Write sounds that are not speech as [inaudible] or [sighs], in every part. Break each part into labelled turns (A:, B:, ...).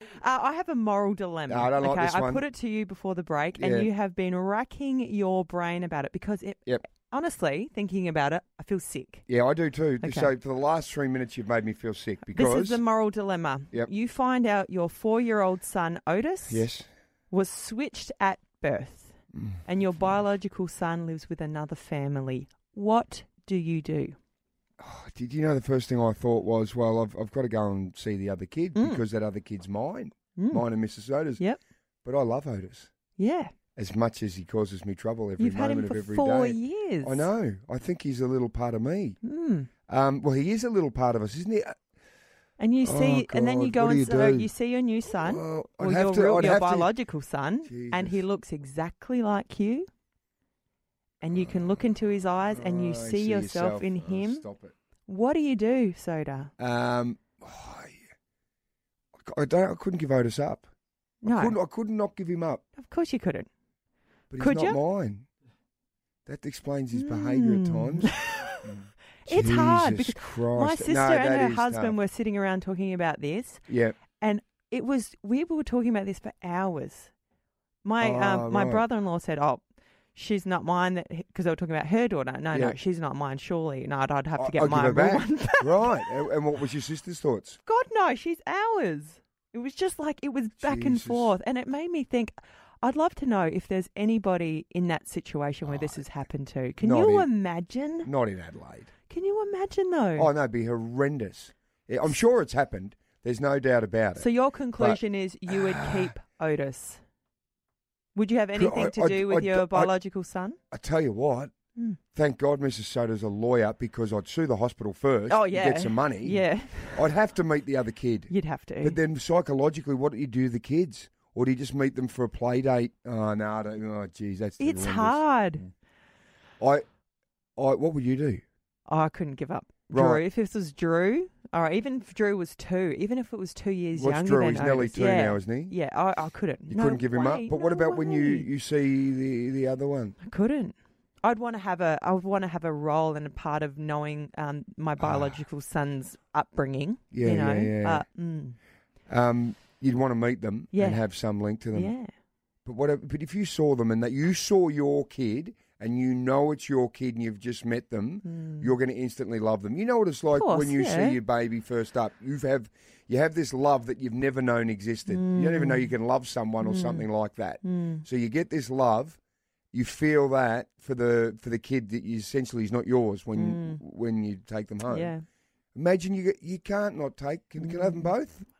A: Uh, I have a moral dilemma.
B: No, I don't like
A: okay?
B: this
A: I
B: one.
A: put it to you before the break,
B: Yeah.
A: and you have been racking your brain about it because it.
B: Yep.
A: Honestly, thinking about it, I feel sick.
B: Yeah, I do too.
A: Okay.
B: So for the last three minutes, you've made me feel sick because.
A: This is the moral dilemma.
B: Yep.
A: You find out your four-year-old son Otis
B: yes. Mm.
A: was switched at birth, and your biological son lives with another family. What do you do?
B: Oh, Did you know the first thing I thought was, well, I've, I've got to go and see the other kid
A: Mm.
B: because that other kid's mine,
A: Mm.
B: mine and Mrs. Otis.
A: Yep.
B: But I love Otis
A: Yeah.
B: as much as he causes me trouble every
A: You've had
B: moment
A: him for
B: of every day.
A: four years.
B: I know. I think he's a little part of me.
A: Mm.
B: Um, well, he is a little part of us, isn't he?
A: And you
B: Oh,
A: see, and then
B: God,
A: you go
B: what do
A: and
B: you
A: so
B: do?
A: you see your new son,
B: Well, I'd
A: or
B: have
A: your,
B: to-
A: real,
B: I'd
A: your
B: have to-
A: biological son, and he
B: Jesus.
A: looks exactly like you. And you can look into his eyes, and you
B: Oh, I
A: see, yourself, in
B: Oh,
A: him.
B: stop it.
A: what do you do, Soda?
B: Um, oh, yeah. I don't. I couldn't give Otis up.
A: No,
B: I couldn't. I could not give him up.
A: of course you couldn't.
B: But he's
A: Could
B: not
A: ya?
B: mine. That explains his behaviour at
A: Mm.
B: times.
A: [laughs] it's hard
B: Jesus
A: because my
B: Christ.
A: sister
B: Oh, No, that
A: and
B: is
A: her husband
B: tough.
A: were sitting around talking about this,
B: Yeah.
A: and it was we were talking about this for hours. My
B: Oh,
A: um, my
B: right.
A: brother-in-law said, "Oh, she's not mine," because they were talking about her daughter. No, no,
B: Yeah.
A: she's not mine. Surely, no, I'd, I'd have
B: I-
A: to get
B: I'll give
A: my
B: her
A: real
B: back.
A: one [laughs] back.
B: [laughs] right. And, and what was your sister's thoughts?
A: God no, she's ours. It was just like it was back and
B: Jesus.
A: forth, and it made me think. I'd love to know if there's anybody in that situation where this has happened to. Can
B: Oh, not
A: you
B: it.
A: imagine?
B: Not
A: [laughs]
B: in Adelaide.
A: Can you imagine though?
B: Oh, no, it'd be horrendous. Yeah, I'm sure it's happened. There's no doubt about it.
A: So your conclusion is you
B: [sighs]
A: would keep Otis. Would you have
B: Could-
A: anything
B: I-
A: to
B: I-
A: do with
B: I-
A: your
B: I-
A: biological son?
B: I tell you what,
A: Mm.
B: thank God Mrs. Soda's a lawyer because I'd sue the hospital first.
A: Oh
B: and
A: yeah,
B: Get some money.
A: Yeah, [laughs]
B: I'd have to meet the other kid.
A: you'd have to.
B: But then psychologically, what do you do with the kids? Or do you just meet them for a play date? Oh, no, I don't. Oh, geez, that's
A: it's
B: horrendous. Mm.
A: hard.
B: I, I, what would you do?
A: Oh, I couldn't give up. Drew,
B: Right.
A: if this was Drew, all right, even if Drew was two, even if it was two years
B: What's
A: younger
B: Drew?
A: than
B: He's nearly
A: Otis,
B: two
A: yeah.
B: now, isn't he?
A: Yeah, I, I couldn't.
B: You
A: No
B: couldn't give him up.
A: way,
B: But what
A: no
B: about when you
A: way.
B: you see the the other one?
A: I couldn't. I'd want to have a. I would want to have a role and a part of knowing um, my biological son's upbringing.
B: Ah. Yeah,
A: you
B: yeah,
A: know.
B: yeah.
A: Uh, mm,
B: Um, you'd want to meet them
A: Yeah.
B: and have some link to them.
A: yeah.
B: But what? But if you saw them and that you saw your kid and you know it's your kid and you've just met them,
A: Mm.
B: you're going to instantly love them. You know what it's like
A: course,
B: when you
A: yeah.
B: see your baby first up. You have you have this love that you've never known existed. You don't even
A: Mm.
B: know you can love someone or something like that. So you get this love. You feel that for the for the kid that you, essentially is not yours when when you take them home.
A: Mm.
B: [laughs]
A: Yeah.
B: Imagine you get- you can't not take can, can I have them both
A: Mm.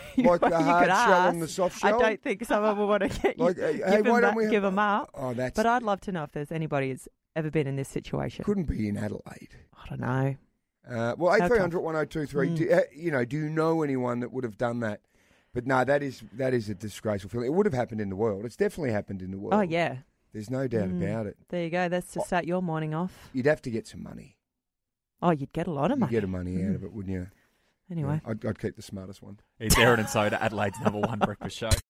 A: [laughs] You-
B: Like the
A: you could
B: hard shell and
A: ask.
B: the soft
A: I
B: shell?
A: don't think someone will want to get you,
B: [laughs] Like, hey,
A: give,
B: hey,
A: them
B: why don't
A: up,
B: we have-
A: give 'em
B: [laughs]
A: up.
B: Oh, that's
A: But I'd love to know if there's anybody who's ever been in this situation.
B: couldn't be in Adelaide.
A: I don't know.
B: Uh, well,
A: How
B: eight
A: tough.
B: three hundred one zero two three.
A: Hmm.
B: Do, uh, you know, do you know anyone that would have done that? But no, that is that is a disgraceful feeling. It would have happened in the world. It's definitely happened in the world.
A: oh yeah,
B: there's no doubt
A: Mm.
B: about it.
A: there you go. That's to
B: Oh.
A: start your morning off.
B: You'd have to get some money.
A: Oh, you'd get a lot of
B: You'd
A: money.
B: get a money out
A: Mm.
B: of it, wouldn't you?
A: Anyway.
B: Yeah. I'd, I'd keep the smartest one.
C: It's Aaron and Soda, Adelaide's number one breakfast show.